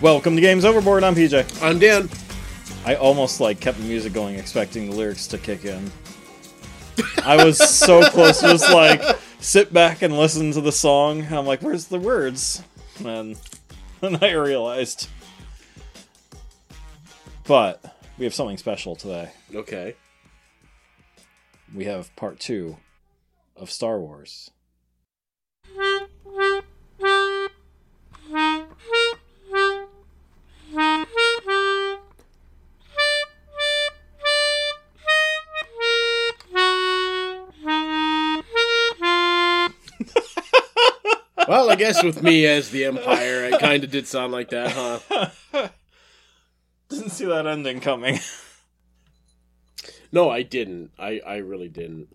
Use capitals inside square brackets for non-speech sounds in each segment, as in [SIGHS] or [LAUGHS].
Welcome to Games Overboard. I'm PJ. I'm Dan. I almost like kept the music going, expecting the lyrics to kick in. I was so close. Just like sit back and listen to the song. I'm like, where's the words? And then [LAUGHS] I realized. But we have something special today. Okay. We have part two of Star Wars. Well, I guess with me as the Empire, it kind of did sound like that, huh? Didn't see that ending coming. [LAUGHS] No, I didn't. I, I really didn't.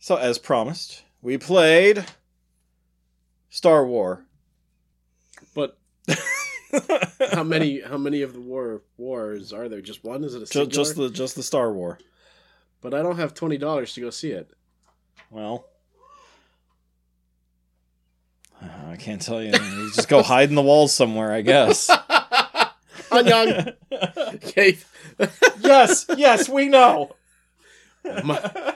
So, as promised, we played Star War. [LAUGHS] But how many how many of the war wars are there? Just one? Is it a Ju- singular? just the just the Star War. But I don't have twenty dollars to go see it. Well, uh, I can't tell you. You just go hide in the walls somewhere, I guess. Anyang, okay. [LAUGHS] yes, yes, we know. My,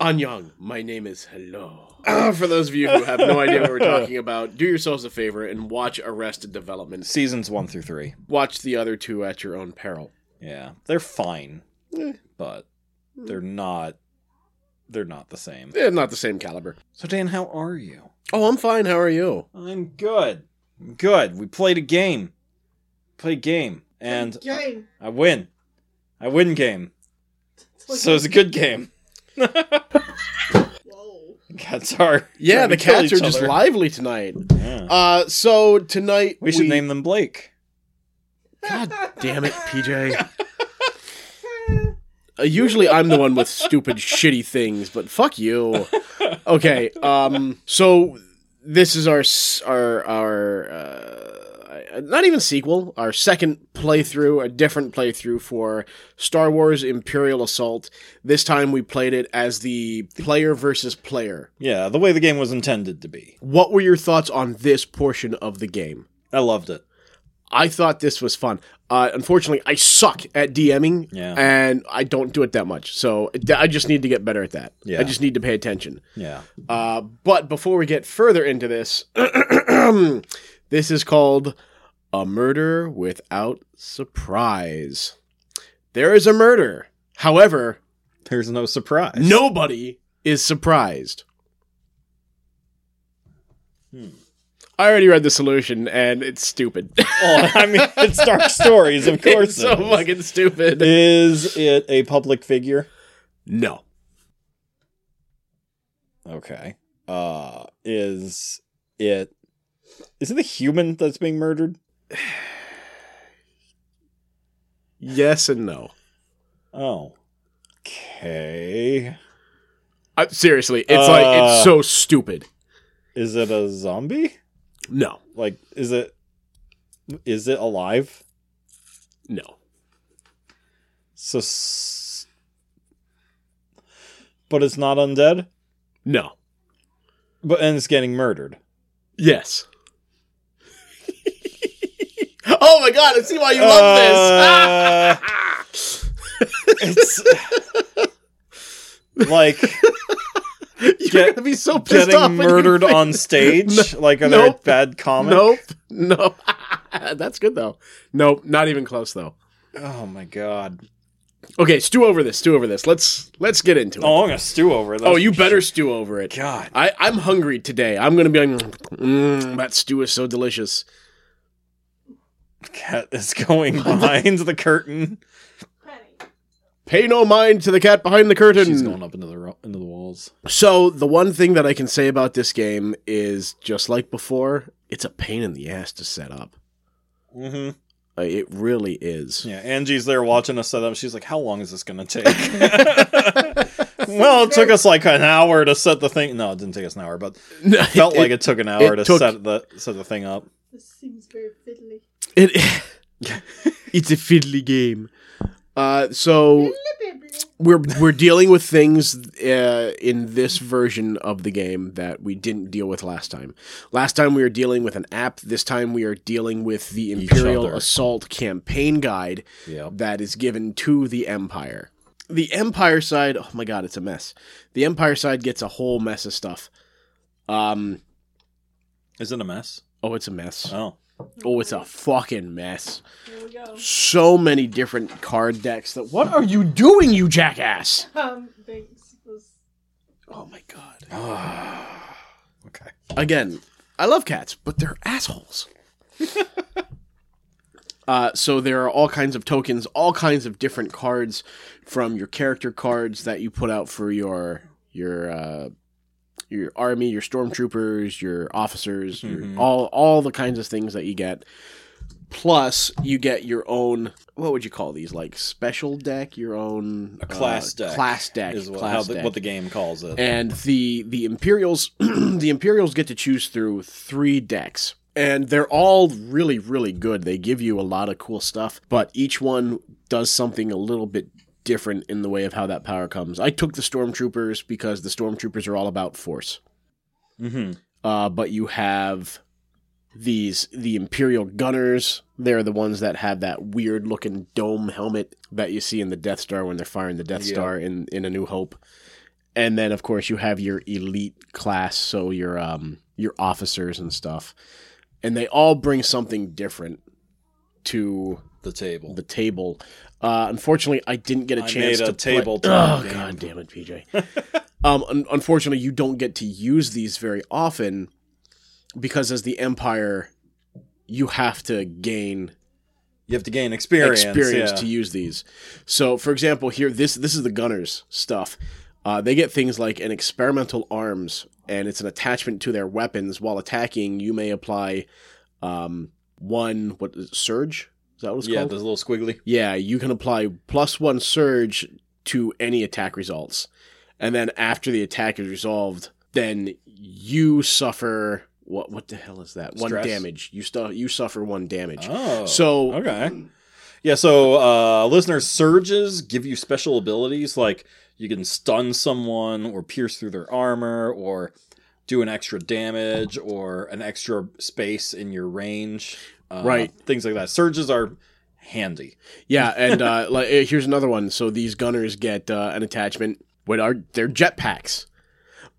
Anyang, my name is Hello. Ah, for those of you who have no idea what we're talking about, do yourselves a favor and watch Arrested Development. Seasons one through three. Watch the other two at your own peril. Yeah, they're fine, Eh. but they're not. They're not the same. Eh, not the same caliber. So, Dan, how are you? Oh, I'm fine. How are you? I'm good. I'm good. We played a game. Played game, and I win. I win game. So it's a good game. [LAUGHS] Cats are. Yeah, trying the to kill cats are each just other. lively tonight. Yeah. Uh, so tonight We should name them Blake. [LAUGHS] God damn it, PJ. Uh, usually I'm the one with stupid, [LAUGHS] shitty things, but fuck you. Okay, um, so this is our s- our our uh, not even sequel, our second playthrough, a different playthrough for Star Wars Imperial Assault. This time we played it as the player versus player. Yeah, the way the game was intended to be. What were your thoughts on this portion of the game? I loved it. I thought this was fun. Uh, unfortunately, I suck at DMing, Yeah. and I don't do it that much. So th- I just need to get better at that. Yeah. I just need to pay attention. Yeah. Uh, but before we get further into this, [CLEARS THROAT] this is called A Murder Without Surprise. There is a murder. However, There's no surprise. nobody is surprised. Hmm. I already read the solution, and it's stupid. [LAUGHS] [LAUGHS] Oh, I mean, it's Dark Stories, of course. It's so it is. fucking stupid. Is it a public figure? No. Okay. Uh, is it. Is it the human that's being murdered? Yes and no. Oh. Okay. I, Uh, seriously, it's like Uh. it's so stupid. Is it a zombie? No, Like, is it. Is it alive? no. Sus. But it's not undead? No. But and it's getting murdered. Yes. [LAUGHS] oh my god, I see why you love this. [LAUGHS] this. it's like [LAUGHS] You're get- gonna be so pissed off getting when you murdered think- on stage. like are nope. there bad comment? [LAUGHS] Nope. [LAUGHS] No. That's good though. Nope, not even close though. Oh my god. Okay, stew over this, stew over this. Let's let's get into it. Oh, I'm gonna stew over that. oh you better stew over it. God. I, I'm hungry today. I'm gonna be like, mm, that stew is so delicious. Cat is going [LAUGHS] behind the curtain. Pay no mind to the cat behind the curtain. She's going up into the ro- into the walls. So the one thing that I can say about this game is just like before, it's a pain in the ass to set up. Mm-hmm. Like, it really is. Yeah, Angie's there watching us set up. She's like, "How long is this gonna [LAUGHS] take?" well, it took us like an hour to set the thing. No, it didn't take us an hour, but No, felt it, like [LAUGHS] it took an hour it to took- set the set the thing up. This seems very fiddly. [LAUGHS] it- it's a fiddly game. Uh, so we're we're dealing with things uh, in this version of the game that we didn't deal with last time. Last time we were dealing with an app. This time we are dealing with the Imperial other. Assault Campaign Guide Yep. that is given to the Empire. The Empire side, oh my god, it's a mess. The Empire side gets a whole mess of stuff. Um, Is it a mess? oh, it's a mess. Oh. Oh, it's a fucking mess. Here we go. So many different card decks. That what are you doing, you jackass? Um, Banks was. Oh my god. okay. again, I love cats, but they're [LAUGHS] assholes. uh, so there are all kinds of tokens, all kinds of different cards from your character cards that you put out for your your uh, your army, your stormtroopers, your officers, Mhm. your, all all the kinds of things that you get. Plus, you get your own. What would you call these? Like special deck, your own A class deck Uh, class deck, Is what, how class the, deck what the game calls it. and the the Imperials [CLEARS THROAT] the Imperials get to choose through three decks. And they're all really, really good. They give you a lot of cool stuff, but each one does something a little bit different in the way of how that power comes. I took the Stormtroopers because the Stormtroopers are all about force. mm-hmm. Uh, but you have these the Imperial Gunners. They're the ones that have that weird looking dome helmet that you see in the Death Star when they're firing the Death Yeah. Star in in A New Hope. And then of course you have your elite class, so your um your officers and stuff. And they all bring something different to The table. the table. Uh, unfortunately, I didn't get a I chance made a to play- table Oh top game. god damn it, PJ. [LAUGHS] um, un- unfortunately, you don't get to use these very often because as the Empire, you have to gain you have to gain experience. experience yeah. to use these. So, for example, here this this is the gunners stuff. Uh, they get things like an experimental arms, and it's an attachment to their weapons. While attacking, you may apply um, one what is it, surge. Is that what it's Yeah, called? there's a little squiggly. Yeah, you can apply plus one surge to any attack results. And then after the attack is resolved, then you suffer what what the hell is that? One Stress? damage. You stu- you suffer one damage. Oh. so Okay. Yeah, so uh, listener surges give you special abilities like you can stun someone or pierce through their armor or do an extra damage or an extra space in your range. Uh, Right. Things like that. Surges are handy. yeah, and uh, [LAUGHS] like eh, here's another one. So these gunners get uh, an attachment with our their jetpacks.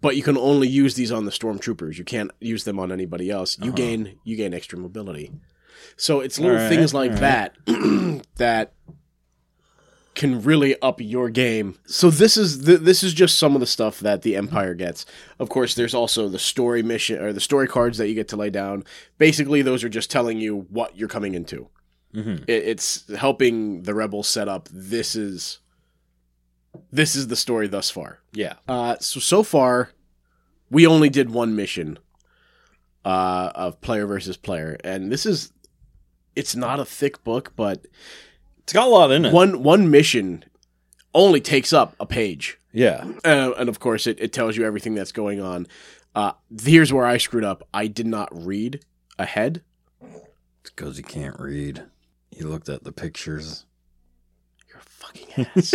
But you can only use these on the stormtroopers. You can't use them on anybody else. You Uh-huh. gain you gain extra mobility. So it's All little right, things like all that that [CLEARS THROAT] can really up your game. So this is th- this is just some of the stuff that the Empire gets. Of course, there's also the story mission or the story cards that you get to lay down. Basically, those are just telling you what you're coming into Mm-hmm. it, it's helping the rebels set up this is this is the story thus far Yeah. uh so so far we only did one mission uh of player versus player and this is it's not a thick book but It's got a lot in it. one one mission only takes up a page yeah. uh, and of course it, it tells you everything that's going on uh here's where i screwed up i did not read ahead because you can't read. He looked at the pictures. You're a fucking [LAUGHS] ass.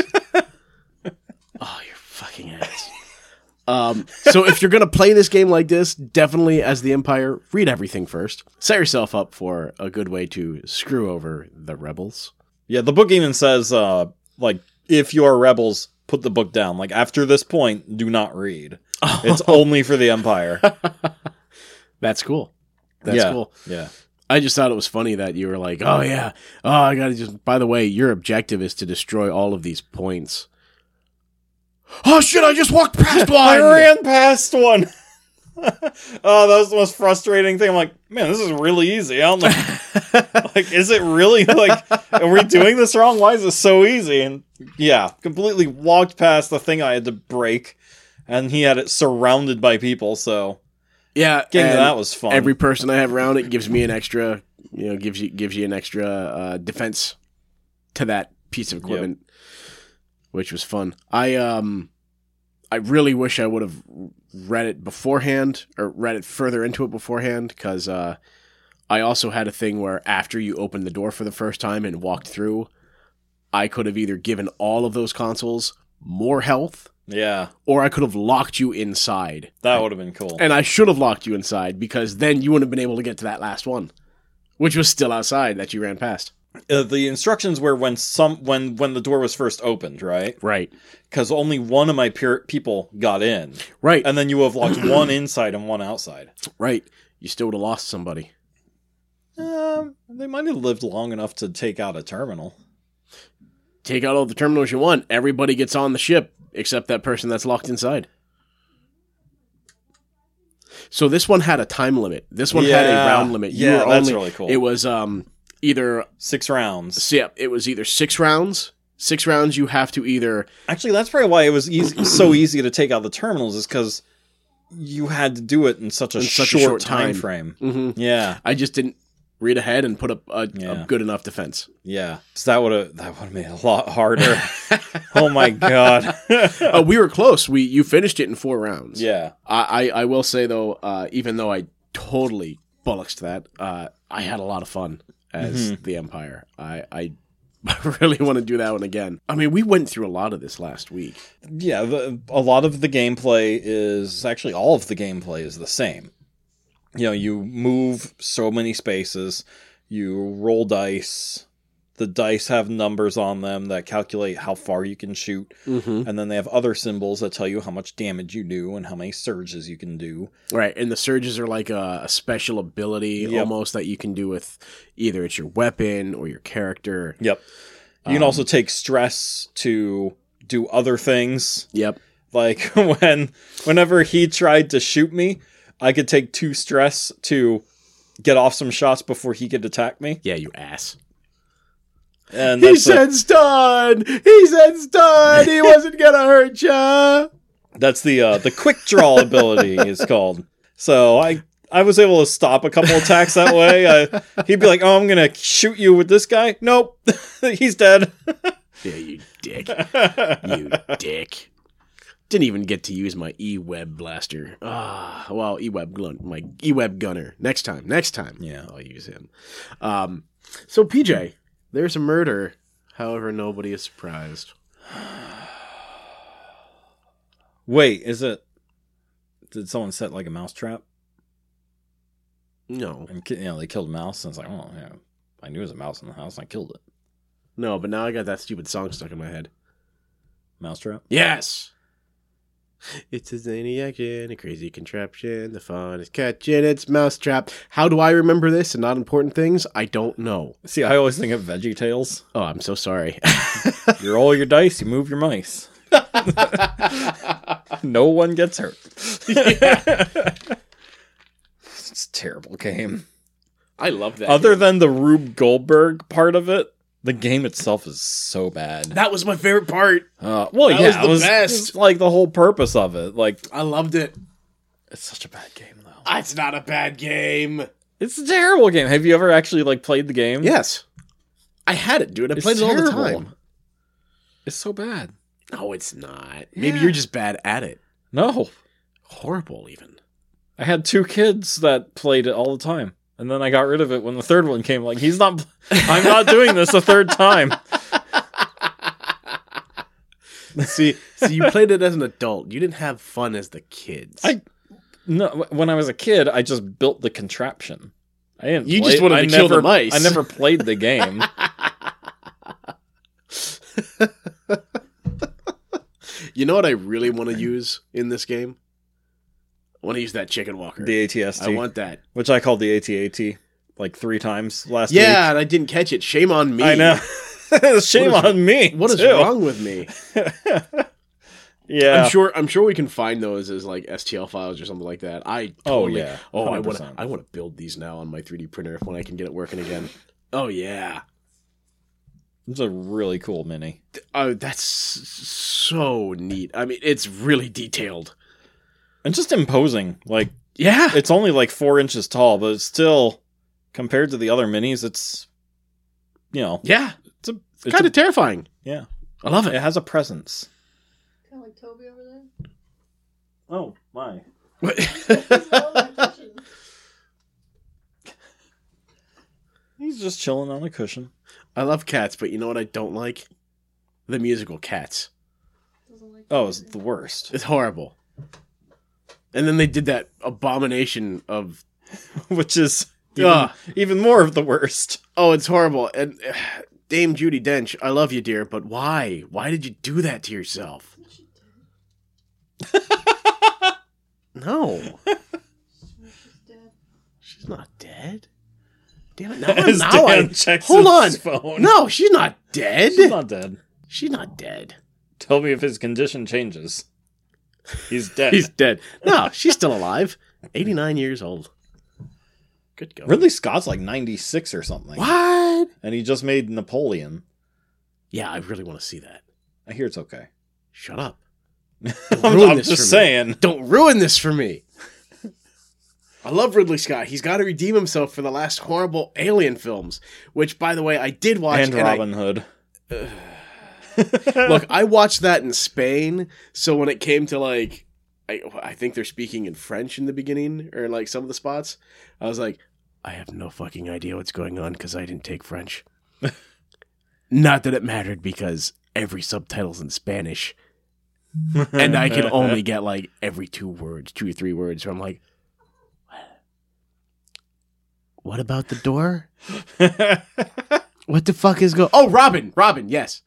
oh, you're a fucking ass. [LAUGHS] Um, so if you're gonna play this game like this, definitely as the Empire, read everything first. Set yourself up for a good way to screw over the rebels. Yeah, the book even says, uh, like, if you are rebels, put the book down. Like, after this point, do not [LAUGHS] read. It's only for the Empire. That's cool. That's Yeah. cool. Yeah. I just thought it was funny that you were like, "Oh yeah, oh I gotta just." By the way, your objective is to destroy all of these points. [GASPS] Oh shit! I just walked [LAUGHS] past one. I ran past one. [LAUGHS] oh, that was the most frustrating thing. I'm like, man, this is really easy. I don't [LAUGHS] know. like, is it really like, are we doing this wrong? Why is it so easy? And yeah, completely walked past the thing I had to break, and he had it surrounded by people. So Yeah, getting to and- that was fun. every person I have around it gives me an extra, you know, gives you gives you an extra uh, defense to that piece of equipment, which was fun. I um, I really wish I would have read it beforehand or read it further into it beforehand because uh, I also had a thing where after you opened the door for the first time and walked through. I could have either given all of those consoles more health Yeah, or I could have locked you inside. that would have been cool. And I should have locked you inside because then you wouldn't have been able to get to that last one, which was still outside that you ran past. Uh, the instructions were when some when when the door was first opened, right? Right. Because only one of my peer- people got in, Right. and then you would have [CLEARS THROAT] locked one inside and one outside. right. You still would have lost somebody. Um, they might have lived long enough to take out a terminal. Take out all the terminals you want. Everybody gets on the ship except that person that's locked inside. So this one had a time limit. This one had a Yeah. round limit. Yeah, that's only- really cool. It was um either Six rounds. so yeah, it was either six rounds. Six rounds you have to either Actually, that's probably why it was easy, so easy to take out the terminals, is because you had to do it in such a, In such a short, short time, time. frame. Mhm. Yeah, I just didn't read ahead and put up a, Yeah. a good enough defense. yeah. So that would have that would have made it a lot harder. oh my god. [LAUGHS] Uh, we were close. We you finished it in four rounds. yeah. I, I, I will say though, uh, even though I totally bollocksed that, uh, I had a lot of fun as the Empire. I, I [LAUGHS] really want to do that one again. I mean, we went through a lot of this last week. Yeah, the, a lot of the gameplay is actually all of the gameplay is the same. You know, you move so many spaces, you roll dice. The dice have numbers on them that calculate how far you can shoot, Mm-hmm. and then they have other symbols that tell you how much damage you do and how many surges you can do. Right, and the surges are like a, a special ability Yep. almost that you can do with either it's your weapon or your character. Yep. You can Um, also take stress to do other things. Yep. Like [LAUGHS] when whenever he tried to shoot me, I could take two stress to get off some shots before he could attack me. Yeah, you ass. And He that's, said stun. He said stun. [LAUGHS] He wasn't gonna hurt ya. the, that's the uh, the quick draw ability [LAUGHS] is called. So I I was able to stop a couple attacks that way. I, he'd be like, "Oh, I'm gonna shoot you with this guy." Nope, [LAUGHS] he's dead. [LAUGHS] Yeah, you dick. you dick. Didn't even get to use my e-web blaster. Ah, well, e-web gun, my e-web gunner. Next time, next time. Yeah. I'll use him. Um, so PJ, there's a murder. However, nobody is surprised. Wait, is it? Did someone set like a mouse trap? No, And ki- you know, they killed a mouse, and it's like, oh yeah, I knew it was a mouse in the house, and I killed it. no, but now I got that stupid song stuck in my head. Mouse trap. Yes. It's a zany action, a crazy contraption. The fun is catching its mousetrap. How do I remember this and not important things? I don't know. See, I always think of Veggie Tales. Oh, I'm so sorry. [LAUGHS] You roll your dice, you move your mice. no one gets hurt. it's a terrible game. I love that. Other than the Rube Goldberg part of it, the game itself is so bad. that was my favorite part. Uh, well, That yeah, was the it was best. it's like the whole purpose of it. Like, I loved it. it's such a bad game, though. It's not a bad game. It's a terrible game. Have you ever actually like played the game? Yes. I had it, dude. I It's played it all the terrible. time. It's so bad. No, it's not. Maybe Yeah. you're just bad at it. No, Horrible, even. I had two kids that played it all the time, and then I got rid of it when the third one came. Like he's not, I'm not doing this a third time. [LAUGHS] [LAUGHS] see, see, you played it as an adult. You didn't have fun as the kids. I- No, when I was a kid, I just built the contraption. I didn't. You play- just wanted I to kill never- the mice. I never played the game. [LAUGHS] you know what I really want to use in this game? I want to use that chicken [LAUGHS] walker. the ATST, I want that. which I called the ATAT, like three times last Yeah, and I didn't catch it. Shame on week. me. I know. [LAUGHS] Shame What is- on me. What is too. wrong with me? [LAUGHS] Yeah. I'm sure. I'm sure we can find those as like STL files or something like that. I Oh, totally, yeah. Oh, I want to. 100%. I want to build these now on my 3D printer when I can get it working again. Oh yeah. It's a really cool mini. Oh, that's s- so neat. I mean, it's really detailed. And just imposing. Like Yeah. it's only like four inches tall, but it's still compared to the other minis, it's you know, yeah. it's a It's kind of terrifying. yeah. I love It it. [LAUGHS] has a presence. Kind of like Toby over there. Oh my! He's all in my kitchen. He's just chilling on a cushion. I love cats, but you know what I don't like? the musical Cats. Doesn't like Oh, that it's either. the worst. [LAUGHS] It's horrible. And then they did that abomination of Which is even, Ugh. even more of the [LAUGHS] worst. Oh, it's horrible. And [SIGHS] uh, Dame Judy Dench, I love you, dear, but why? Why did you do that to yourself? What she did? [LAUGHS] No, She's dead. she's not dead. Damn [LAUGHS] it! Now, As Oh, now Dan I- checks hold on. his phone. No, she's not dead. She's not dead. She's not dead. Tell me if his condition changes. He's dead. He's dead. No, she's still alive. Eighty-nine years old. Good go. Ridley Scott's like 96 or something. What? And he just made Napoleon. Yeah, I really want to see that. I hear it's okay. Shut up! [LAUGHS] I'm, Ruin I'm this for just me. saying. Don't ruin this for me. [LAUGHS] I love Ridley Scott. He's got to redeem himself for the last horrible Alien films, which, by the way, I did watch. And I- Robin Hood. [SIGHS] Look, I watched that in Spain, so when it came to like, I, I think they're speaking in French in the beginning or like some of the spots, I was like, I have no fucking idea what's going on because I didn't [LAUGHS] take French. Not that it mattered because every subtitle's in Spanish, and [LAUGHS] I can only get like every two words, two or three words, where I'm like, what about the door? What the fuck is going? Oh, Robin, Robin, yes.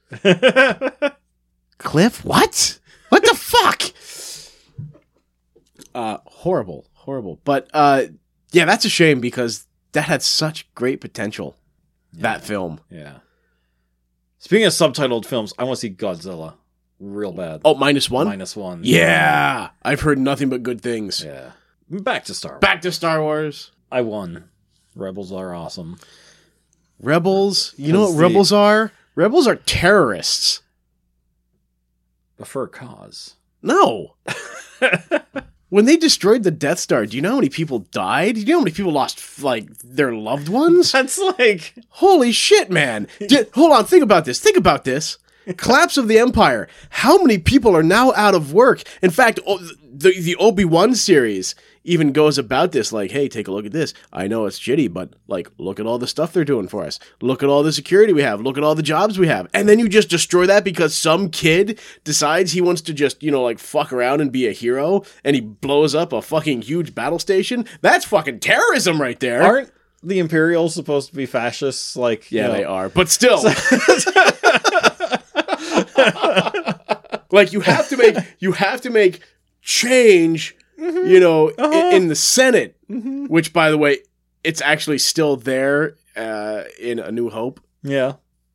Cliff? What? What the fuck? Uh, horrible, horrible. But uh, yeah, that's a shame because that had such great potential. That film. yeah. Speaking of subtitled films, I want to see Godzilla real bad. Oh, minus one. Minus one. Yeah, I've heard nothing but good things. Yeah. Back to Star Wars. Back to Star Wars. I won. Rebels are awesome. Rebels. You know That's what the- rebels are? Rebels are terrorists. But for a cause. No. [LAUGHS] when they destroyed the Death Star, do you know how many people died? Do you know how many people lost like their loved ones? That's like Holy shit, man. Di- hold on, think about this. Think about this. Collapse of the Empire. How many people are now out of work? In fact, o- the, the Obi Wan series even goes about this like, hey, take a look at this. I know it's shitty, but like, look at all the stuff they're doing for us. Look at all the security we have. Look at all the jobs we have. And then you just destroy that because some kid decides he wants to just, you know, like fuck around and be a hero and he blows up a fucking huge battle station. That's fucking terrorism right there. aren't the Imperials supposed to be fascists? Like Yeah, you know- [LAUGHS] they are. But still. Oh. like you have to make you have to make change, you know, i- Uh-huh. in, the Senate, Mhm. which by the way, it's actually still there uh, in A New Hope. Yeah,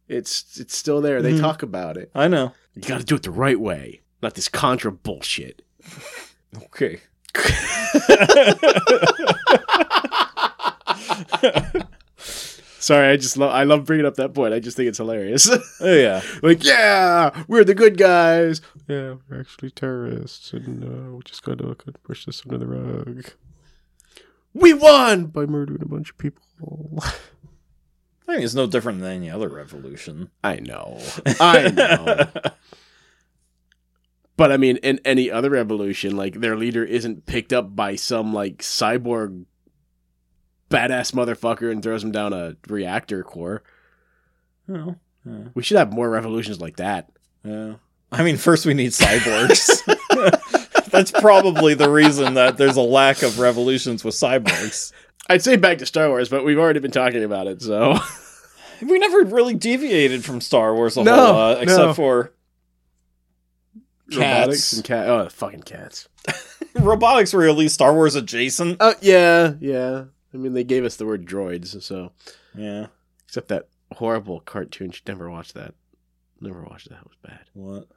It's it's still there. They Mhm. talk about it. I know. You got to do it the right way, not this contra bullshit. Okay. [LAUGHS] Oh, Sorry, I just love I love bringing up that point. I just think it's hilarious. [LAUGHS] Oh yeah. like, yeah, we're the good guys. Yeah, we're actually terrorists, and uh, we're just gonna uh, push this under the rug We won. by murdering a bunch of people. I think it's no different than any other revolution. I know. [LAUGHS] I know. But I mean, in any other revolution, like their leader isn't picked up by some like cyborg badass motherfucker and throws him down a reactor core. Well, yeah. We should have more revolutions like that. yeah. I mean, first we need cyborgs. [LAUGHS] That's probably the reason that there's a lack of revolutions with cyborgs. I'd say back to Star Wars, but we've already been talking about it, so We never really deviated from Star Wars a No, whole lot, no. except for [LAUGHS] robotics cats. and cat. Oh, fucking cats. Robotics were at least Star Wars adjacent. Oh yeah, yeah. I mean, they gave us the word droids, so Yeah. except that horrible cartoon. Should never watch that. Never watched that. It was bad. What?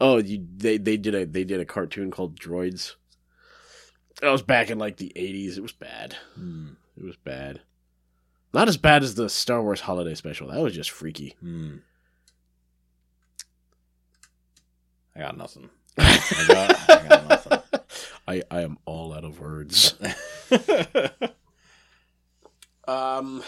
Oh, you, they they did a they did a cartoon called Droids. That was back in like the eighties. It was bad. Hmm. It was bad. Not as bad as the Star Wars Holiday Special. That was just freaky. Hmm. I got nothing. I got, I got nothing. I I am all out of words. [LAUGHS] Um,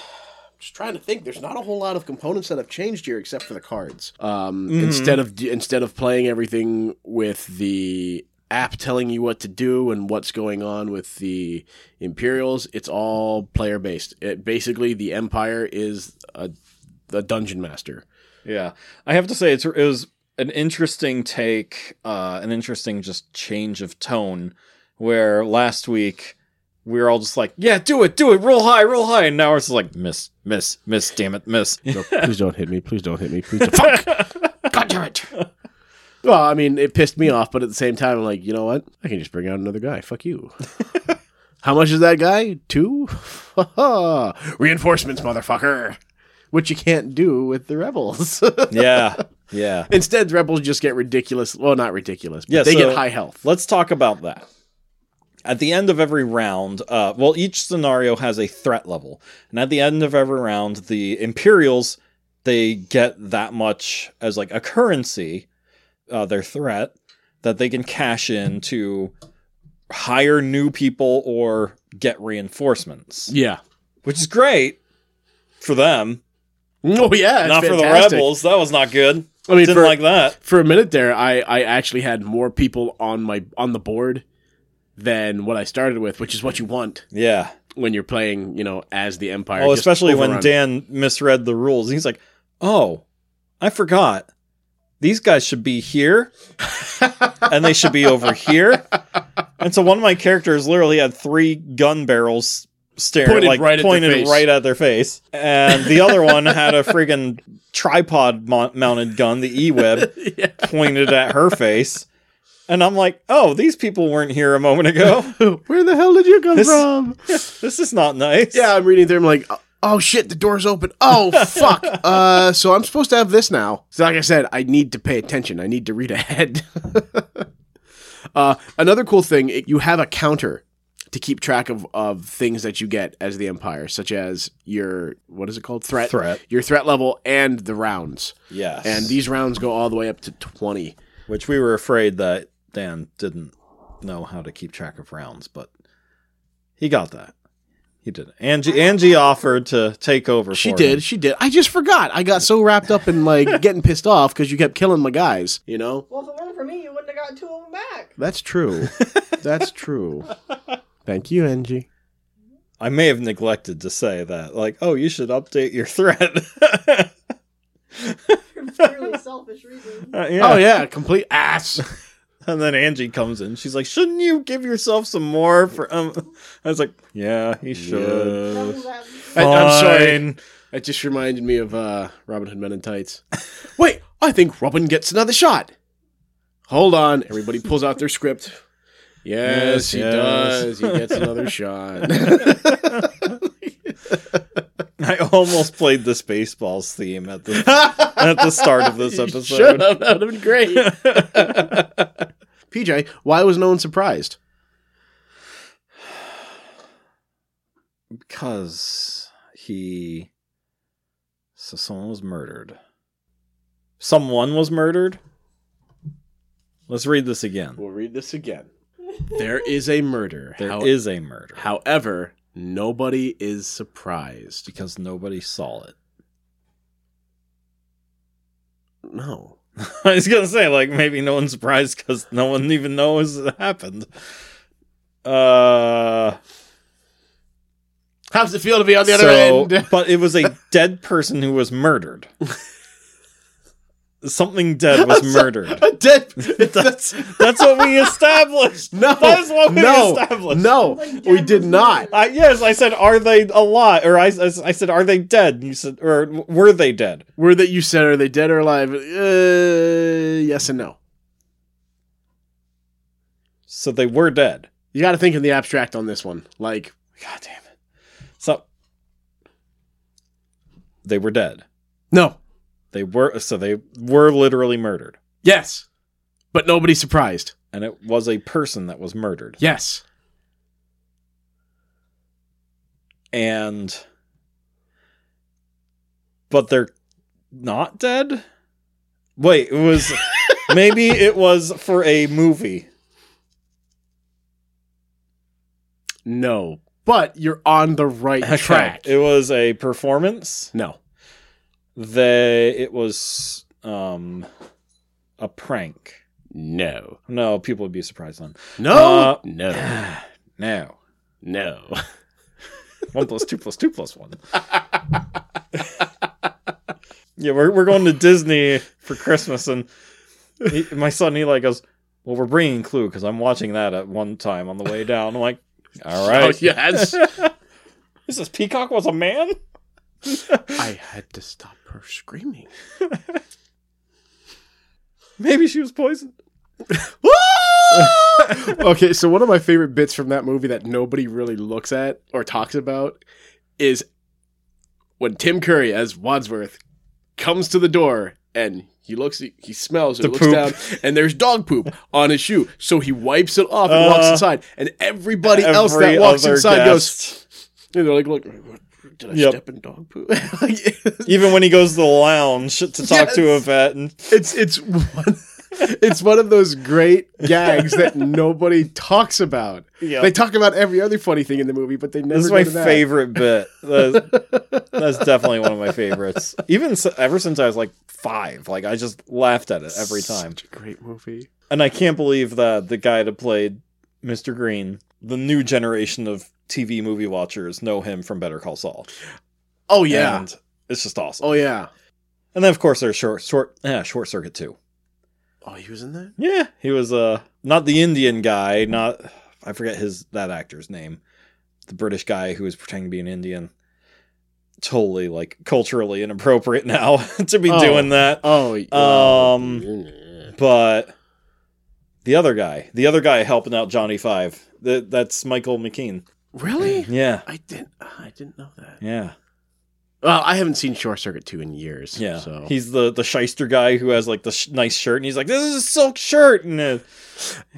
just trying to think. There's not a whole lot of components that have changed here, except for the cards. Um, Mhm. instead of instead of playing everything with the app telling you what to do and what's going on with the Imperials, it's all player based. It basically the Empire is a, a dungeon master. Yeah, I have to say it's it was an interesting take, uh, an interesting just change of tone. Where last week we were all just like, "Yeah, do it, do it, roll high, roll high," and now it's just like, "Miss, miss, miss, damn it, miss." No, please don't hit me. Please don't hit me. Please don't. [LAUGHS] Fuck. [LAUGHS] God damn it. Well, I mean, it pissed me off, but at the same time, I'm like, you know what? I can just bring out another guy. [LAUGHS] Fuck you. How much is that guy? Two? [LAUGHS] Reinforcements, motherfucker. Which you can't do with the rebels. [LAUGHS] [LAUGHS] yeah, yeah. Instead, rebels just get ridiculous. Well, not ridiculous. But Yeah, they so- get high health. Let's talk about that. At the end of every round, uh, well, each scenario has a threat level, and at the end of every round, the Imperials they get that much as like a currency, uh, their threat that they can cash in to hire new people or get reinforcements, Yeah. which is great for them. Oh yeah. it's not for the fantastic. rebels. That was not good. I mean, Didn't for, like that. for a minute there, I, I actually had more people on my on the board than what I started with, which is what you want Yeah. when you're playing, you know, as the Empire. Oh, just especially when overrun. Dan misread the rules. He's like, "Oh, I forgot. These guys should be [LAUGHS] here, and they should be over here." And so one of my characters literally had three gun barrels staring, Pointed like right at their pointed face. right at their face, and the other one had a friggin' tripod mount- mounted gun, the E Web, [LAUGHS] yeah. pointed at her face. And I'm like, "Oh, these people weren't here a moment [LAUGHS] ago. Where the hell did you come This- from? This is not nice." Yeah, I'm reading through. I'm like, oh shit, the door's open. [LAUGHS] Oh fuck. uh, so I'm supposed to have this now. So like I said, I need to pay attention. I need to read ahead. [LAUGHS] uh, another cool thing, it- you have a counter to keep track of of things that you get as the empire, such as your what is it called threat, Threat. your threat level, and the rounds. Yes. And these rounds go all the way up to twenty. which we were afraid that Dan didn't know how to keep track of rounds, but he got that. He did. Angie Angie offered to take over. She for did. him. She did. I just forgot. I got so wrapped up in like [LAUGHS] getting pissed off because you kept killing my guys. You know. Well, if it weren't for me, you wouldn't have gotten two of them back. [LAUGHS] That's true. That's true. Thank you, Angie. I may have neglected to say that, like, oh, you should update your [LAUGHS] threat. Uh, For purely [LAUGHS] selfish reasons. Uh, yeah. Oh yeah, complete ass. And then Angie comes in. She's like, shouldn't you give yourself some more for? Um, [LAUGHS] I was like, yeah, he should. That was that. I, am sorry. Fine. It just reminded me of uh, Robin Hood Men in Tights. Wait, I think Robin gets another shot. Hold on. Everybody pulls out their script. Yes, Yes, he yes. does. He gets another [LAUGHS] shot. I almost played the Spaceballs theme at [LAUGHS] the at the start of this episode. Shut up. That would have been great. [LAUGHS] PJ, why was no one surprised? because he so someone was murdered someone was murdered let's read this again We'll read this again. There is a murder. There is How- a murder However, nobody is surprised. because nobody saw it [LAUGHS] No. i was gonna say like maybe no one's surprised because no one even knows it happened uh How's it feel to be on the so- other end? [LAUGHS] but it was a dead person who was murdered something dead [LAUGHS] was murdered A [LAUGHS] dead. that's that's what we established [LAUGHS] No. That is what we no, established. No, Like we dead did was not. murdered. I, yes, I said, are they alive? Or I, I said, are they dead? And you said, or were they dead? Were that you said, are they dead or alive? Uh, yes and no. So they were dead. You got to think in the abstract on this one. Like, God damn it. So they were dead. no. They were, so they were literally murdered. Yes. But nobody's surprised. And it was a person that was murdered. Yes. And, but they're not dead? Wait, it was, maybe it was for a movie. No. But you're on the right Okay, track. It was a performance. no. they it was um a prank No. no people would be surprised on No. Uh, no. [SIGHS] no No. one plus two plus two plus one [LAUGHS] Yeah, we're, we're going to Disney for Christmas, and he, my son Eli goes, "Well, we're bringing Clue because I'm watching that at one time on the way down." I'm like, [LAUGHS] "All right, Oh, yes. Is this Peacock was a man?" I had to stop her screaming. Maybe she was poisoned. [LAUGHS] okay, so one of my favorite bits from that movie that nobody really looks at or talks about is when Tim Curry as Wadsworth comes to the door and he looks, he smells, and The looks poop. down, and there's dog poop on his shoe. So he wipes it off and walks Uh, inside, and everybody else Every that walks other inside goes, guest. and they're like, "Look, did I Yep. step in dog poop?" [LAUGHS] Like, Even when he goes to the lounge to [LAUGHS] talk to a Yes. vet, and It's it's one, [LAUGHS] it's one of those great gags that nobody talks about. Yeah. They talk about every other funny thing in the movie, but they never. this is go my to that. favorite bit. That's, [LAUGHS] that's definitely one of my favorites. Even s ever since I was like five, like I just laughed at it every time. Such a great movie. And I can't believe that the guy that played Mr. Green, the new generation of TV movie watchers, know him from Better Call Saul. Oh yeah. And it's just awesome. oh yeah. And then of course there's short short yeah, short circuit too. Oh, he was in that. Yeah, he was uh not the Indian guy, not I forget his that actor's name. The British guy who was pretending to be an Indian. Totally like culturally inappropriate [LAUGHS] now to be Oh. doing that. Oh. Um, yeah. But the other guy, the other guy helping out Johnny Five, that that's Michael McKean. Really? Yeah, I didn't. I didn't know that. yeah, Well, I haven't seen Short Circuit two in years. yeah. So He's the the shyster guy who has like the sh- nice shirt, and he's like, "This is a silk shirt," and uh,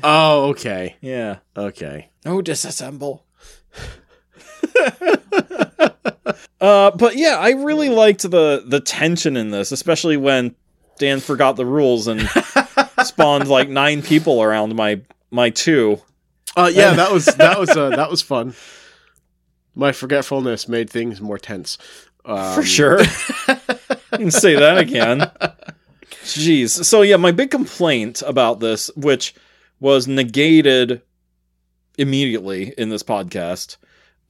Oh okay. yeah, Okay. no Oh, disassemble. [LAUGHS] uh, but yeah, I really liked the the tension in this, especially when Dan forgot the rules and spawned like nine people around my my two. Uh, yeah, that was that was uh, that was fun. My forgetfulness made things more tense. Um, For [LAUGHS] sure. you can say that again. Jeez. So yeah, my big complaint about this, which was negated immediately in this podcast,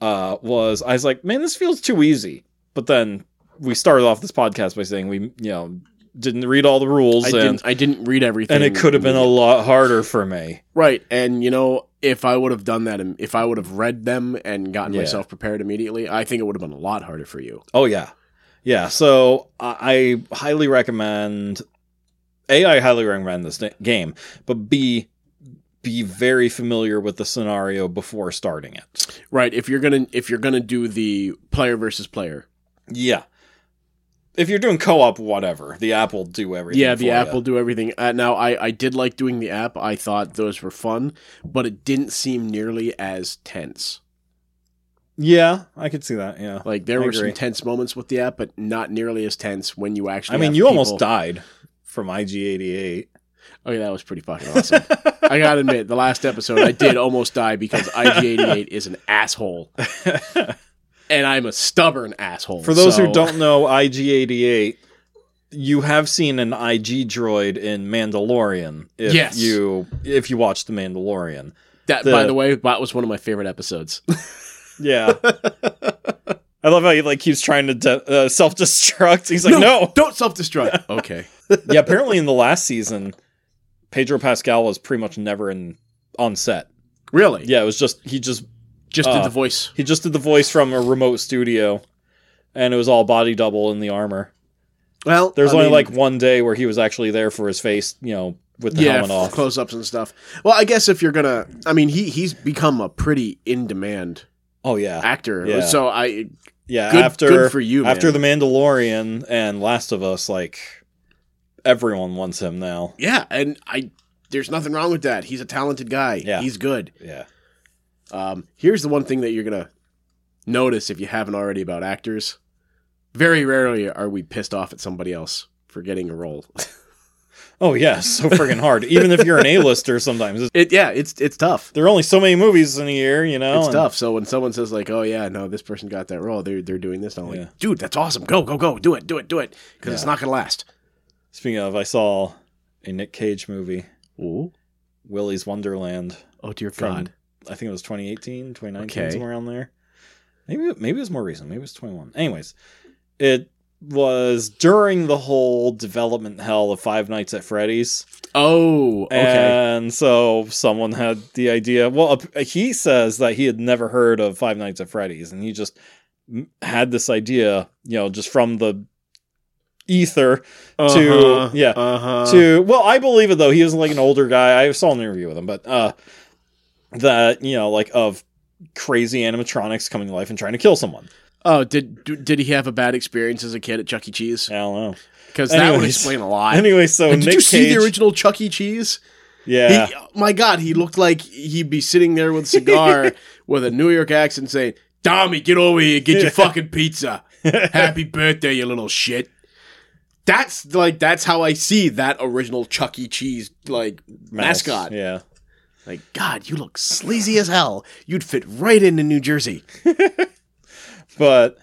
uh, was I was like, man, this feels too easy. But then we started off this podcast by saying we, you know, didn't read all the rules I and didn't. I didn't read everything, and it could have been a lot harder for me. right. And you know, if I would have done that, and if I would have read them and gotten Yeah. myself prepared immediately, I think it would have been a lot harder for you. Oh yeah, yeah. So I, I highly recommend. A, I highly recommend this na- game, but B, be very familiar with the scenario before starting it. Right. If you're gonna if you're gonna do the player versus player, Yeah. If you're doing co-op, whatever, the app will do everything. yeah, the for app ya. will do everything. Uh, now, I I did like doing the app. I thought those were fun, but it didn't seem nearly as tense. Yeah, I could see that. Yeah. Like there I were agree. some tense moments with the app, but not nearly as tense when you actually. I mean, have you almost people- died from [LAUGHS] IG88. Okay, that was pretty fucking awesome. I gotta admit, the last episode I did almost die because IG88 is an asshole, and I'm a stubborn asshole. For those so- who don't know IG88, you have seen an IG droid in Mandalorian if Yes. you if you watch The Mandalorian. that the- by the way, that was one of my [LAUGHS] favorite episodes. Yeah. [LAUGHS] I love how he like keeps trying to de- uh, self-destruct. He's like, [LAUGHS] "No." don't self-destruct. Okay, yeah, apparently in the last season Pedro Pascal was pretty much never in on set. really? Yeah, it was just he just Just Uh, did the voice. he just did the voice from a remote studio and it was all body double in the armor. Well, There's I only mean, like one day where he was actually there for his face, you know, with the yeah, helmet off. close ups and stuff. Well, I guess if you're gonna, I mean, he he's become a pretty in demand Oh yeah, actor. Yeah. So I yeah. good, after good for you. after man. the Mandalorian and Last of Us, like everyone wants him now. yeah, and I there's nothing wrong with that. He's a talented guy. Yeah. he's good. Yeah, Um, here's the one thing that you're gonna notice if you haven't already about actors. Very rarely are we pissed off at somebody else for getting a role. [LAUGHS] Oh yeah, so freaking hard. Even if you're an A-lister, sometimes it's, It yeah, it's it's tough. there are only so many movies in a year, you know. It's and- tough. So when someone says like, "Oh yeah, no, this person got that role. They're they're doing this," and I'm Yeah. like, "Dude, that's awesome. Go go go. Do it. Do it. Do it." Because it's Yeah. not gonna last. Speaking of, I saw a Nick Cage movie, Ooh. Willy's Wonderland. Oh dear From- God. I think it was 2018, 2019, Okay. somewhere around there. Maybe maybe it was more recent. Maybe it was 21. Anyways, it was during the whole development hell of Five Nights at Freddy's. Oh, okay. And so someone had the idea. Well, ap- he says that he had never heard of Five Nights at Freddy's, and he just m- had this idea, you know, just from the ether Uh-huh, yeah, Uh-huh. to. Well, I believe it though. He was like an older guy. I saw an interview with him, but uh, that you know, like of crazy animatronics coming to life and trying to kill someone. Oh, did d- did he have a bad experience as a kid at Chuck E. Cheese? I don't know. Because that would Anyways. explain a lot. Anyway, so And Nick did you see Cage- the original Chuck E. Cheese? Yeah. He, oh my God, he looked like he'd be sitting there with a [LAUGHS] cigar with a New York accent saying, Tommy, get over here, get your [LAUGHS] fucking pizza. Happy birthday, you little shit. That's like that's how I see that original Chuck E. Cheese like Mouse. mascot. Yeah. Like, God, you look sleazy as hell. You'd fit right in in New Jersey. But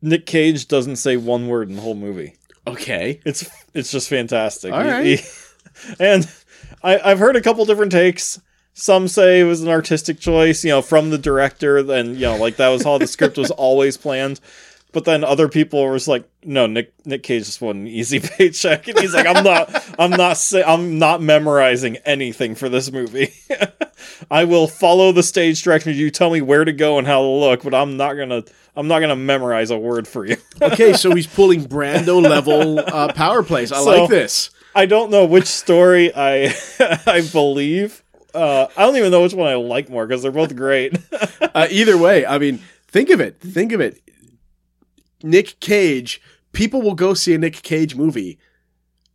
Nick Cage doesn't say one word in the whole movie. Okay. It's it's just fantastic. All He- right. he- and I, I've heard a couple different takes. Some say it was an artistic choice, you know, from the director, then you know, like that was how the script was always planned. But then other people were just like, no, Nick Nick Cage just won an easy [LAUGHS] paycheck. And he's like, I'm not I'm not sa- I'm not memorizing anything for this movie. [LAUGHS] I will follow the stage directions. You tell me where to go and how to look, but I'm not gonna I'm not gonna memorize a word for you. Okay, so he's pulling Brando level uh, power plays. I [LAUGHS] So- like this. I don't know which story I [LAUGHS] I believe. Uh, I don't even know which one I like more because they're both great. [LAUGHS] Uh, either way, I mean, think of it. Think of it. Nick Cage. People will go see a Nick Cage movie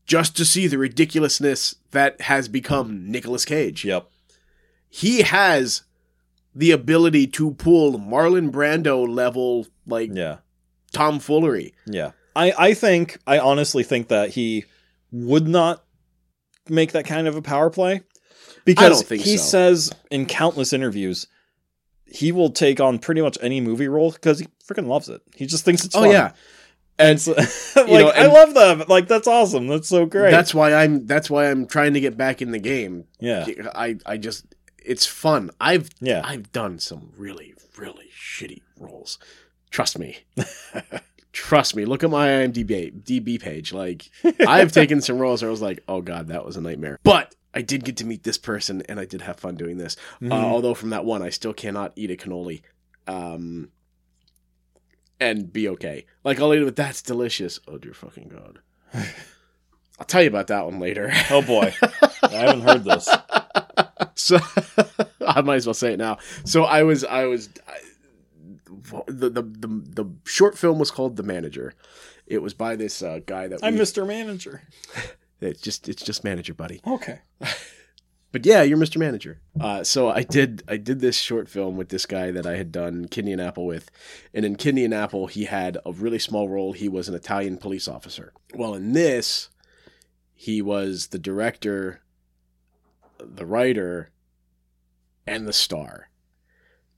just to see the ridiculousness that has become Nicolas Cage. yep. He has the ability to pull Marlon Brando level like Yeah. tomfoolery. Yeah. I I think I honestly think that he would not make that kind of a power play because think he so. says in countless interviews he will take on pretty much any movie role because he freaking loves it. He just thinks it's oh fun. yeah, [LAUGHS] and so, like know, I and- love that. Like that's awesome. That's so great. that's why I'm. That's why I'm trying to get back in the game. [LAUGHS] yeah, I I just it's fun. I've yeah. I've done some really, really shitty roles. Trust me. Trust me. Look at my IMDb DB page. Like, I've taken some roles where I was like, oh God, that was a nightmare. But I did get to meet this person and I did have fun doing this. Mhm. Uh, although, from that one, I still cannot eat a cannoli um, and be okay. Like, I'll eat it, but that's delicious. Oh, dear fucking God. I'll tell you about that one later. oh boy, [LAUGHS] I haven't heard [LAUGHS] this. So [LAUGHS] I might as well say it now. So I was, I was, I, the, the the the short film was called The Manager. It was by this uh, guy that I'm we- Mr. Manager. It's just it's just manager, buddy. Okay. But yeah, you're Mr. Manager. Uh, so I did I did this short film with this guy that I had done Kidney and Apple with, and in Kidney and Apple he had a really small role. He was an Italian police officer. Well, in this, he was the director, the writer, and the star.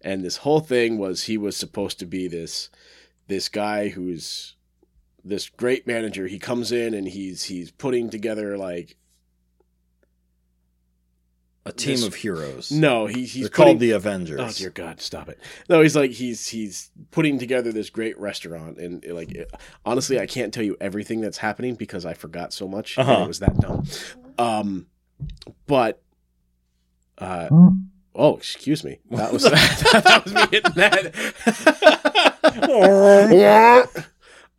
And this whole thing was he was supposed to be this this guy who's this great manager. He comes in and he's he's putting together like A team This- of heroes. no he, he's They're putting- called the Avengers. Oh dear God, stop it! No, he's like he's he's putting together this great restaurant, and like it- honestly, I can't tell you everything that's happening because I forgot so much. and Uh-huh. it was that dumb. Um, but uh, oh, excuse me, [LAUGHS] that was [LAUGHS] that was me hitting that. [LAUGHS]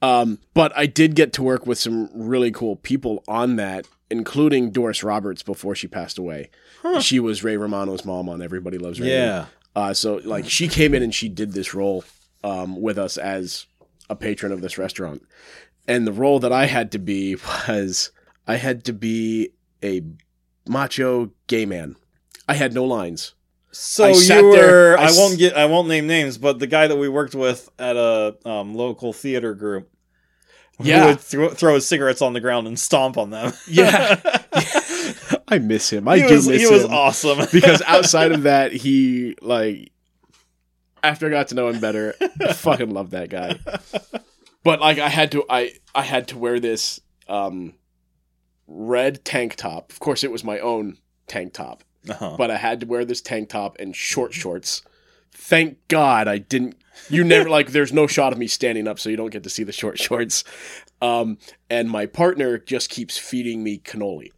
um, but I did get to work with some really cool people on that, including Doris Roberts before she passed away. Huh. She was Ray Romano's mom on Everybody Loves Raymond. yeah. Uh, so like she came in and she did this role um, with us as a patron of this restaurant, and the role that I had to be [LAUGHS] was I had to be a macho gay man. I had no lines. So I sat you there- were. I I, s- won't get. I won't name names, but the guy that we worked with at a um, local theater group. who Yeah. would thro- throw his cigarettes on the ground and stomp on them. [LAUGHS] Yeah. [LAUGHS] I miss him. I he do was, miss he him was awesome. because outside of that, he like after I got to know him better, I fucking loved that guy. But like I had to I I had to wear this um red tank top. Of course it was my own tank top, [LAUGHS] Uh-huh. but I had to wear this tank top and short shorts thank God I didn't. You never like. There's no shot of me standing up, so you don't get to see the short shorts. Um, and my partner just keeps feeding me cannoli,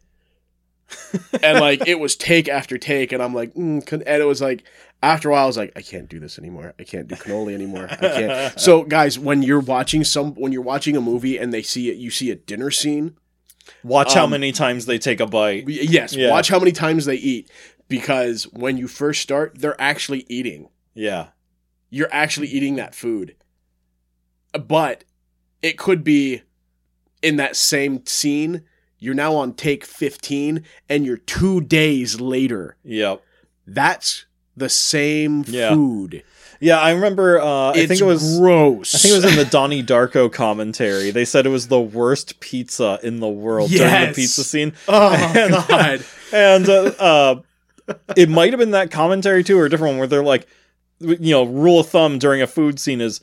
and like it was take after take, and I'm like, mm, can-" and it was like after a while, I was like, I can't do this anymore. I can't do cannoli anymore. I can't. so guys, when you're watching some, when you're watching a movie and they see it, you see a dinner scene. Watch how Um, many times they take a bite. Y- Yes, Yeah. watch how many times they eat because when you first start, they're actually eating. Yeah. You're actually eating that food. But it could be in that same scene, you're now on take 15 and you're 2 days later. Yep. That's the same Yeah. food. Yeah, I remember uh, I it's think it was gross. I think it [LAUGHS] was in the Donnie Darko commentary. They said it was the worst pizza in the world during the Yes. pizza scene. [LAUGHS] Oh god. and uh, uh, it might have been that commentary too, or a different one where they're like, you know, rule of thumb during a food scene is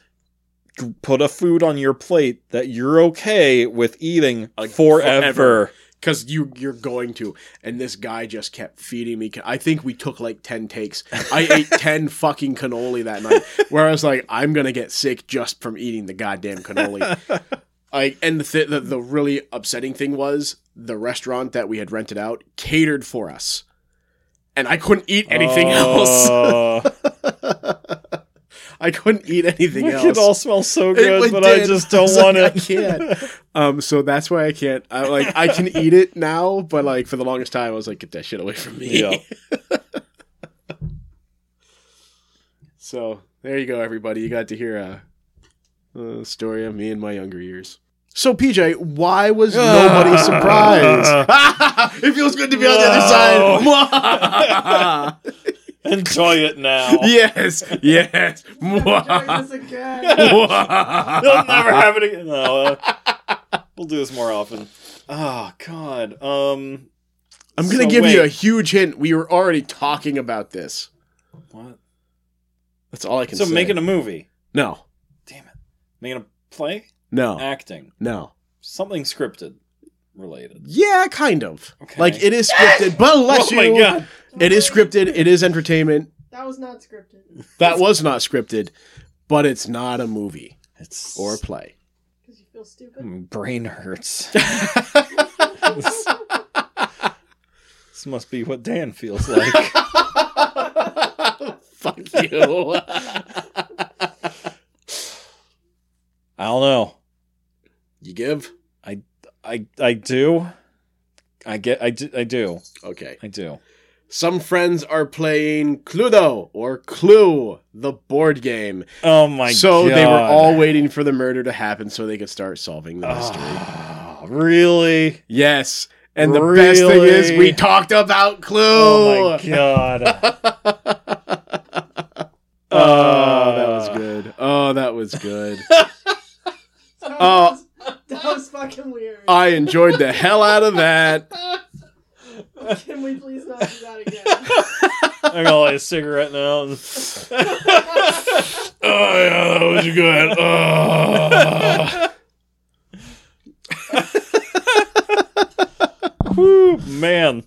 g- put a food on your plate that you're okay with eating Like, forever. because you you're going to and this guy just kept feeding me i think we took like 10 takes i ate 10 fucking cannoli that night where i was like i'm gonna get sick just from eating the goddamn cannoli like and the, th- the the really upsetting thing was the restaurant that we had rented out catered for us and i couldn't eat Oh. anything Uh, else [LAUGHS] else? i couldn't eat anything else It all smells so It- good, it but I did. just don't was like, want [LAUGHS] I it. can't. [LAUGHS] Um, so that's why I can't. I like I can eat it now, but like for the longest time, I was like, get that shit away from me. Yeah. [LAUGHS] So there you go, everybody. You got to hear a, a story of me in my younger years. So PJ, why [LAUGHS] was nobody [LAUGHS] surprised? it feels good to be on the [LAUGHS] other side. [LAUGHS] Enjoy it [LAUGHS] now. yes, yes. Doing this again. You'll never have it again. No, uh, [LAUGHS] we'll do this more often. Oh God. Um. I'm gonna So give you wait. a huge hint. We were already talking about this. What? That's all I can So say. making a movie. no, Damn it. Making a play. no, Acting. no. Something scripted related. Yeah, kind of. Okay. Like it is scripted, but bless oh my you, God. it is scripted. It is entertainment. That was not scripted. That was not scripted, but it's not a movie It's or [LAUGHS] a play. Because you feel stupid. Mm, brain [LAUGHS] hurts. this must be what Dan feels like. Fuck [LAUGHS] you. [LAUGHS] I don't know. you give? I I do. I get. I do. I do. Okay. I do. Some friends are playing Cluedo or Clue, the board game. Oh my so god. Ah. they were all waiting for the murder to happen so they could start [SIGHS] solving the mystery. Oh, really? Yes. And the best thing is Really? we talked about Clue. Oh my [LAUGHS] god. Oh, that Uh, was good. Oh, that was good. That Oh. was, that was fucking weird. [LAUGHS] I enjoyed the hell out of that. Can we please not do that [LAUGHS] again? I'm [LAUGHS] gonna light a cigarette now. [LAUGHS] Oh, yeah, that was good. [LAUGHS] Oh. Whew, man.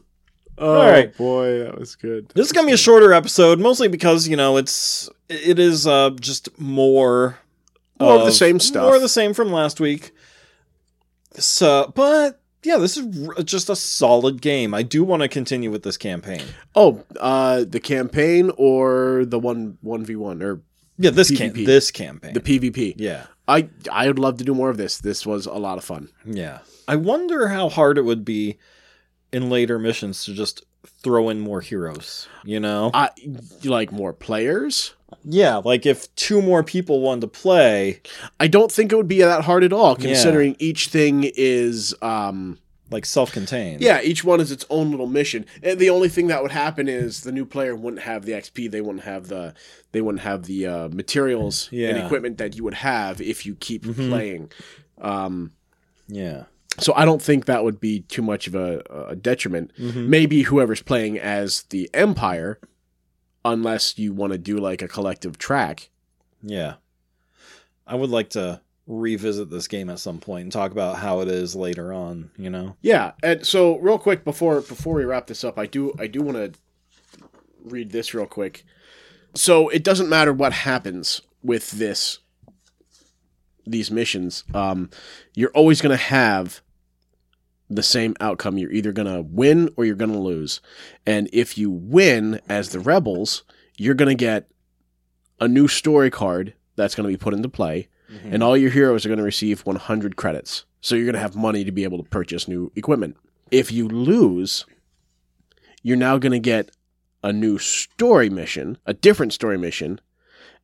Oh, right. boy, that was good. This is gonna be a shorter episode, mostly because you know it's it is uh, just more Um, More of the same stuff. more of the same from last week. So, but yeah, this is r- just a solid game. I do want to continue with this campaign. Oh, uh, the campaign or the one one v one or Yeah, this cam- PvP. this campaign. the PvP. yeah, I I would love to do more of this. This was a lot of fun. yeah. I wonder how hard it would be in later missions to just throw in more heroes. You know, I you like more players. yeah, like if two more people wanted to play, I don't think it would be that hard at all, Yeah. considering each thing is, um, like self-contained. yeah, each one is its own little mission. And the only thing that would happen is the new player wouldn't have the XP, they wouldn't have the, they wouldn't have the uh, materials and Yeah. equipment that you would have if you keep Mhm. playing. Um, yeah. so I don't think that would be too much of a, a detriment. Mhm. Maybe whoever's playing as the Empire, unless you want to do like a collective track. Yeah. I would like to revisit this game at some point and talk about how it is later on, you know? Yeah, and so real quick before before we wrap this up, I do I do want to read this real quick. So it doesn't matter what happens with this these missions. Um, you're always going to have the same outcome. You're either going to win or you're going to lose. And if you win as the rebels, you're going to get a new story card that's going to be put into play, Mhm. and all your heroes are going to receive 100 credits. So you're going to have money to be able to purchase new equipment. If you lose, you're now going to get a new story mission, a different story mission,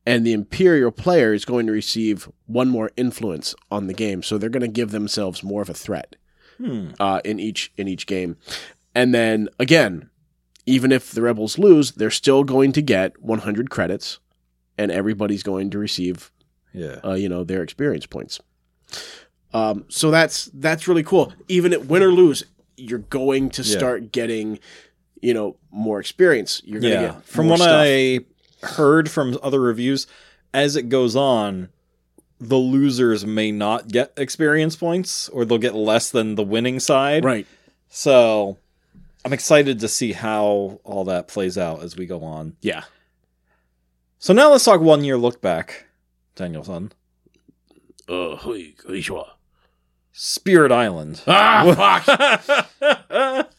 and the Imperial player is going to receive one more influence on the game. So they're going to give themselves more of a threat Hmm. uh, in each in each game. And then again, even if the rebels lose, they're still going to get 100 credits, and everybody's going to receive Yeah. uh, you know their experience points. Um, so that's that's really cool. Even at win or lose, you're going to Yeah. start getting you know more experience. You're going to yeah. get From more what stuff. I heard from other reviews, as it goes on, the losers may not get experience points, or they'll get less than the winning side. right. So I'm excited to see how all that plays out as we go on. Yeah. So now let's talk one year look back, Danielson. Uh, Spirit Island. Ah, Ah, fuck.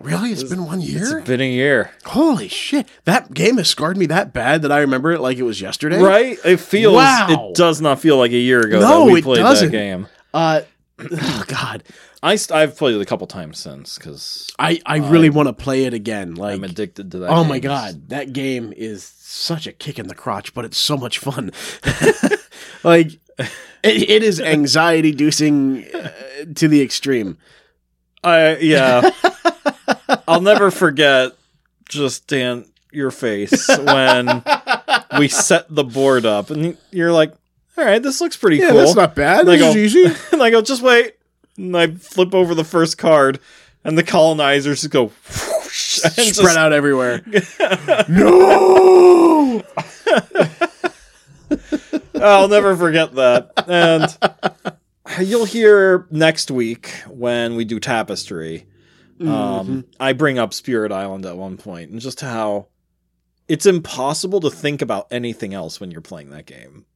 really? It's been [LAUGHS] one it's year. been a year. Holy shit! That game has scarred me that bad that I remember it like it was yesterday. Right? It feels Wow. it does not feel like a year ago No, that we it played doesn't. that game. Uh, [CLEARS THROAT] oh god, I st- I've played it a couple times since cuz I I really want to play it again. Like, Uh, I'm addicted to that. oh my game. god, that game is such a kick in the crotch, but it's so much fun. [LAUGHS] like, it, [LAUGHS] it is anxiety inducing uh, to the extreme. I yeah. I'll never forget just Dan your face when we set the board up and you're like, "All right, this looks pretty cool." not bad. This is easy. [LAUGHS] and I go, "Just wait." And I flip over the first card and the colonizers just go [LAUGHS] whoosh, and [LAUGHS] Spread just [LAUGHS] out everywhere. no. I'll never forget that. And you'll hear next week when we do tapestry. Mm-hmm. Um, I bring up Spirit Island at one point and just how it's impossible to think about anything else when you're playing that game.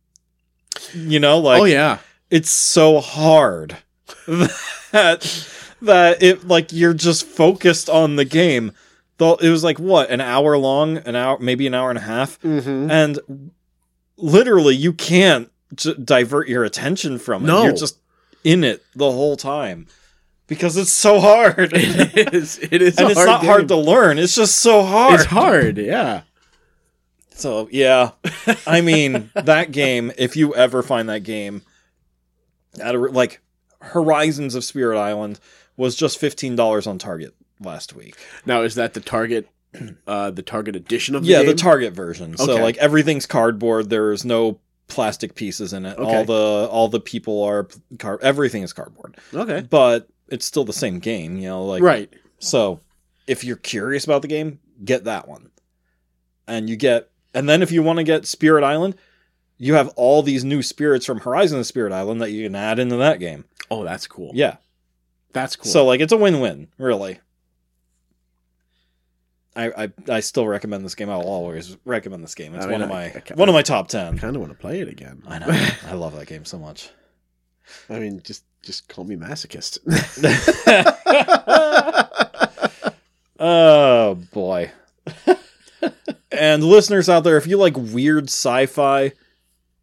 You know, like oh yeah. it's so hard [LAUGHS] that that it like you're just focused on the game. Though it was like what an hour long, an hour maybe an hour and a half Mm-hmm. and literally you can't j- divert your attention from it No. you're just in it the whole time because it's so [LAUGHS] hard [LAUGHS] and [LAUGHS] It is. It is. a it's not game. hard to learn it's just so hard It's hard. Yeah. so [LAUGHS] yeah i mean that game if you ever find that game at a, like horizons of spirit island was just $15 on target last week Now is that the target? [CLEARS THROAT] Uh, the target edition of the yeah game? the target version so Okay. like everything's cardboard there's no plastic pieces in it all Okay. the all the people are p- car- everything is cardboard Okay. but it's still the same game you know like right. so if you're curious about the game get that one and you get and then if you want to get spirit island you have all these new spirits from horizon of spirit island that you can add into that game Oh, that's cool. yeah That's cool. so like it's a win-win, really. I, I I still recommend this game. I'll always recommend this game. It's I mean, one of I- my I ca- one of my top I ten. kind of want to play it again. I know. I love that game so much. I mean, just just call me masochist. [LAUGHS] [LAUGHS] oh boy. and listeners out there, if you like weird sci-fi,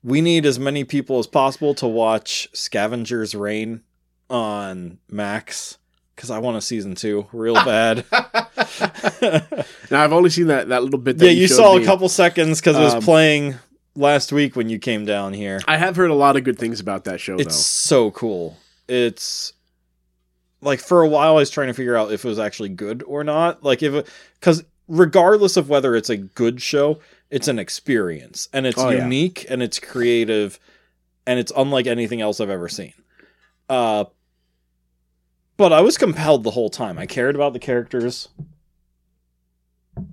we need as many people as possible to watch Scavenger's Reign on Max because I want a season two [LAUGHS] real bad. now I've only seen that that little bit. [LAUGHS] That yeah, you, showed saw me. a couple seconds because it was Um, playing last week when you came down here. I have heard a lot of good things about that show, It's so cool. It's like for a while I was trying to figure out if it was actually good or not. Like if because regardless of whether it's a good show, it's an experience and it's Oh, yeah. unique and it's creative and it's unlike anything else I've ever seen. Uh, but I was compelled the whole time. I cared about the characters. though.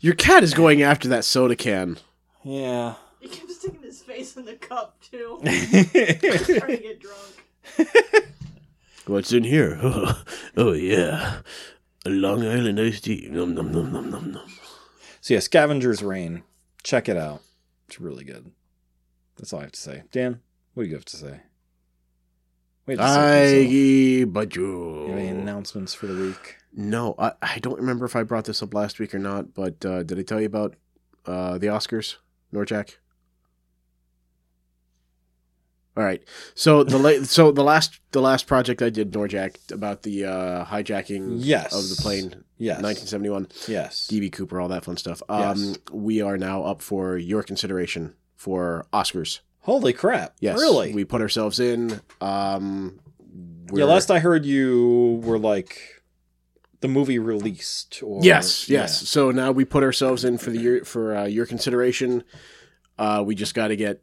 Your cat is going after that soda can. [LAUGHS] [LAUGHS] Yeah. He kept sticking his face in the cup too, trying to yeah. get drunk. What's in here? [LAUGHS] oh yeah, a Long Island iced tea. Nom nom nom nom nom nom. So yeah, Scavenger's Reign. Check it out. It's really good. That's all I have to say. Dan, what do you have to say? Wait, I I but you. any announcements for the week? No, I, I don't remember if I brought this up last week or not, but uh, did I tell you about uh, the Oscars, Norjack? All right. So [LAUGHS] the la- so the last the last project I did Norjack about the uh, hijacking Yes. of the plane, Yes. 1971, Yes. DB Cooper, all that fun stuff. Um, Yes. We are now up for your consideration for Oscars. Holy crap. Yes, Really? We put ourselves in. Um, yeah, we're- last I heard you were like the movie released or Yes, Yeah. yes. So now we put ourselves in for the year for uh, your consideration. Uh, we just got to get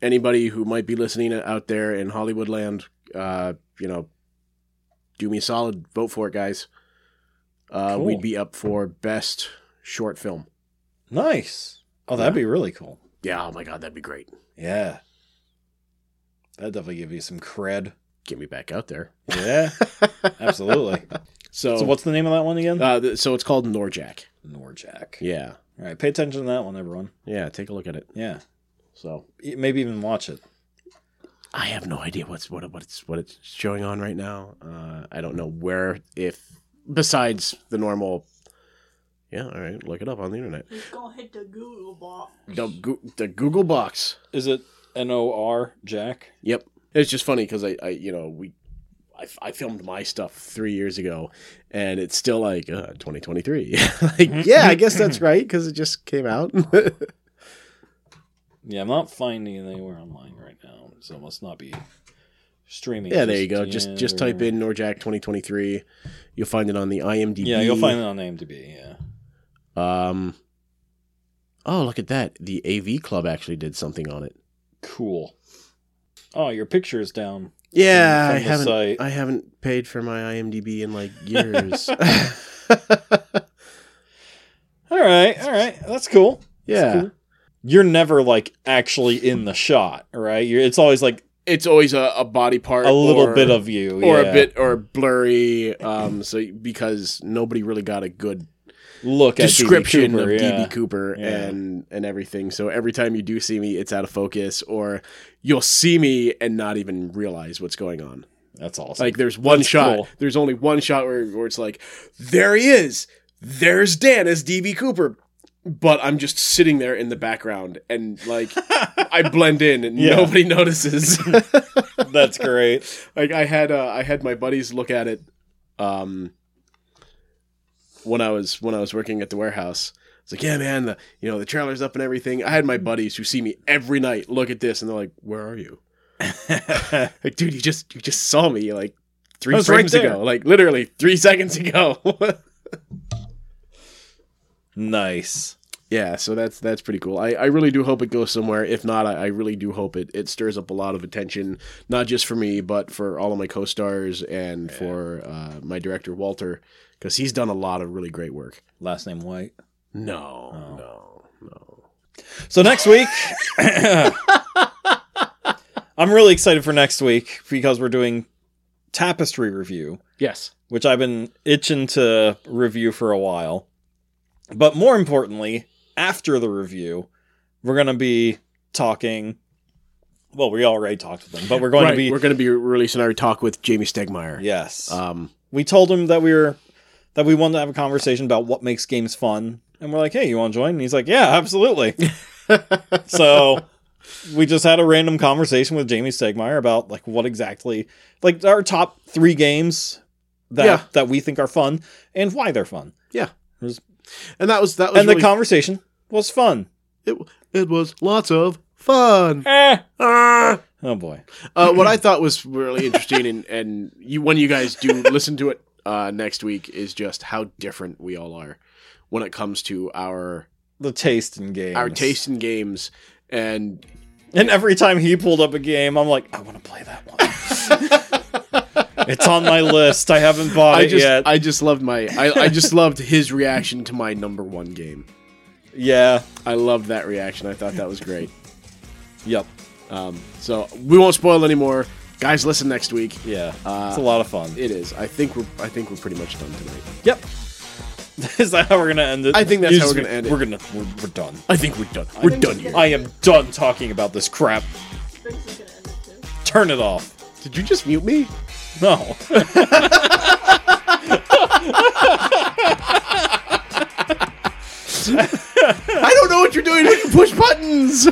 anybody who might be listening out there in Hollywood land. Uh, you know, do me a solid, vote for it, guys. Uh, Cool. We'd be up for best short film. Nice. Oh, that'd be really cool. Yeah. Oh my God, that'd be great. Yeah. That'd definitely give you some cred. Get me back out there. [LAUGHS] Yeah. absolutely. So, So what's the name of that one again? uh, th- so it's called Norjack. Norjack. Yeah. All right, pay attention to that one, everyone. Yeah. Take a look at it. Yeah, So E- maybe even watch it. I have no idea what's what what it's what it's showing on right now. Uh, I don't know where if besides the normal. Yeah, all right. Look it up on the internet. He's gonna hit the Google bot. Mm. The, Goo- the Google box. Is it N O R Jack? Yep. It's just funny because I, I, you know, we, I, I filmed my stuff three years ago, and it's still like uh, 2023. [LAUGHS] Mm-hmm. like, yeah, I guess that's right because it just came out. [LAUGHS] Yeah, I'm not finding it anywhere online right now, so it must not be streaming. yeah, there you just go. Just yet, just type or- in Norjack 2023. You'll find it on the IMDb. E Yeah, you'll find it on IMDb. Yeah. Um. Oh, look at that! The AV Club actually did something on it. Cool. Oh, your picture is down. Yeah, From I the haven't. site. I haven't paid for my IMDb in like years. All right, all right, that's cool. That's [LAUGHS] yeah, cool. You're never like actually in the shot, right? You're, it's always like it's always a, a body part, a little or- bit of you, or yeah. a bit or blurry. Um, so because nobody really got a good look at DB description Cooper, of yeah. DB Cooper Yeah. and and everything. So every time you do see me, it's out of focus, or you'll see me and not even realize what's going on. That's awesome. [LAUGHS] Like there's one That's shot. cool. There's only one shot where, where it's like, there he is. There's Dan as DB Cooper. But I'm just sitting there in the background and like I blend in and [LAUGHS] Yeah. nobody [LAUGHS] notices. that's great. like I had uh, I had my buddies look at it um when I was when I was working at the warehouse. It's like, yeah, man, the you know, the trailer's up and everything. I had my buddies who see me every night look at this and they're like, Where [LAUGHS] are you? Like, dude, you just you just saw me like I three was right frames there. ago. Like literally three seconds ago. [LAUGHS] nice. yeah, so that's that's pretty cool. I, I really do hope it goes somewhere. If not, I, I really do hope it it stirs up a lot of attention, not just for me, but for all of my co-stars and for uh, my director Walter, because he's done a lot of really great work. Last name White. No, Oh. no, no. So next week, [COUGHS] I'm really excited for next week because we're doing Tapestry review, Yes. which I've been itching to review for a while. But more importantly, after the review, we're going to be talking. Well, we already talked to them, but we're going Right, to be. we're going to be releasing our talk with Jamie Stegmeyer. yes. Um, we told him that we were that we wanted to have a conversation about what makes games fun and we're like hey you want to join and he's like yeah [LAUGHS] absolutely so we just had a random conversation with jamie stegmeyer about like what exactly like our top three games that Yeah. that we think are fun and why they're fun and that was that was and really- the conversation was fun it, it was lots of fun. Ah. oh boy Uh, what I thought was really interesting, and, and you, when you guys do listen to it uh, next week, is just how different we all are when it comes to our the taste in games our taste in games. And and every time he pulled up a game i'm like i want to play [LAUGHS] that one it's on my list i haven't bought I it just yet I just loved my I, I just loved his reaction to my number one game. yeah I loved that reaction. I thought that was great. yep Um, so we won't spoil anymore, guys. Listen next week. Uh, Yeah, it's a lot of fun. It is. I think we're I think we're pretty much done tonight. yep. [LAUGHS] Is that how we're gonna end it? I think that's You how just- we're gonna end it. We're gonna we're, we're done. I think we're done. We're think done it's here. I am done talking about this crap. Briggs is gonna end it too. Turn it off. Did you just mute me? No. I don't know what you're doing when you push buttons.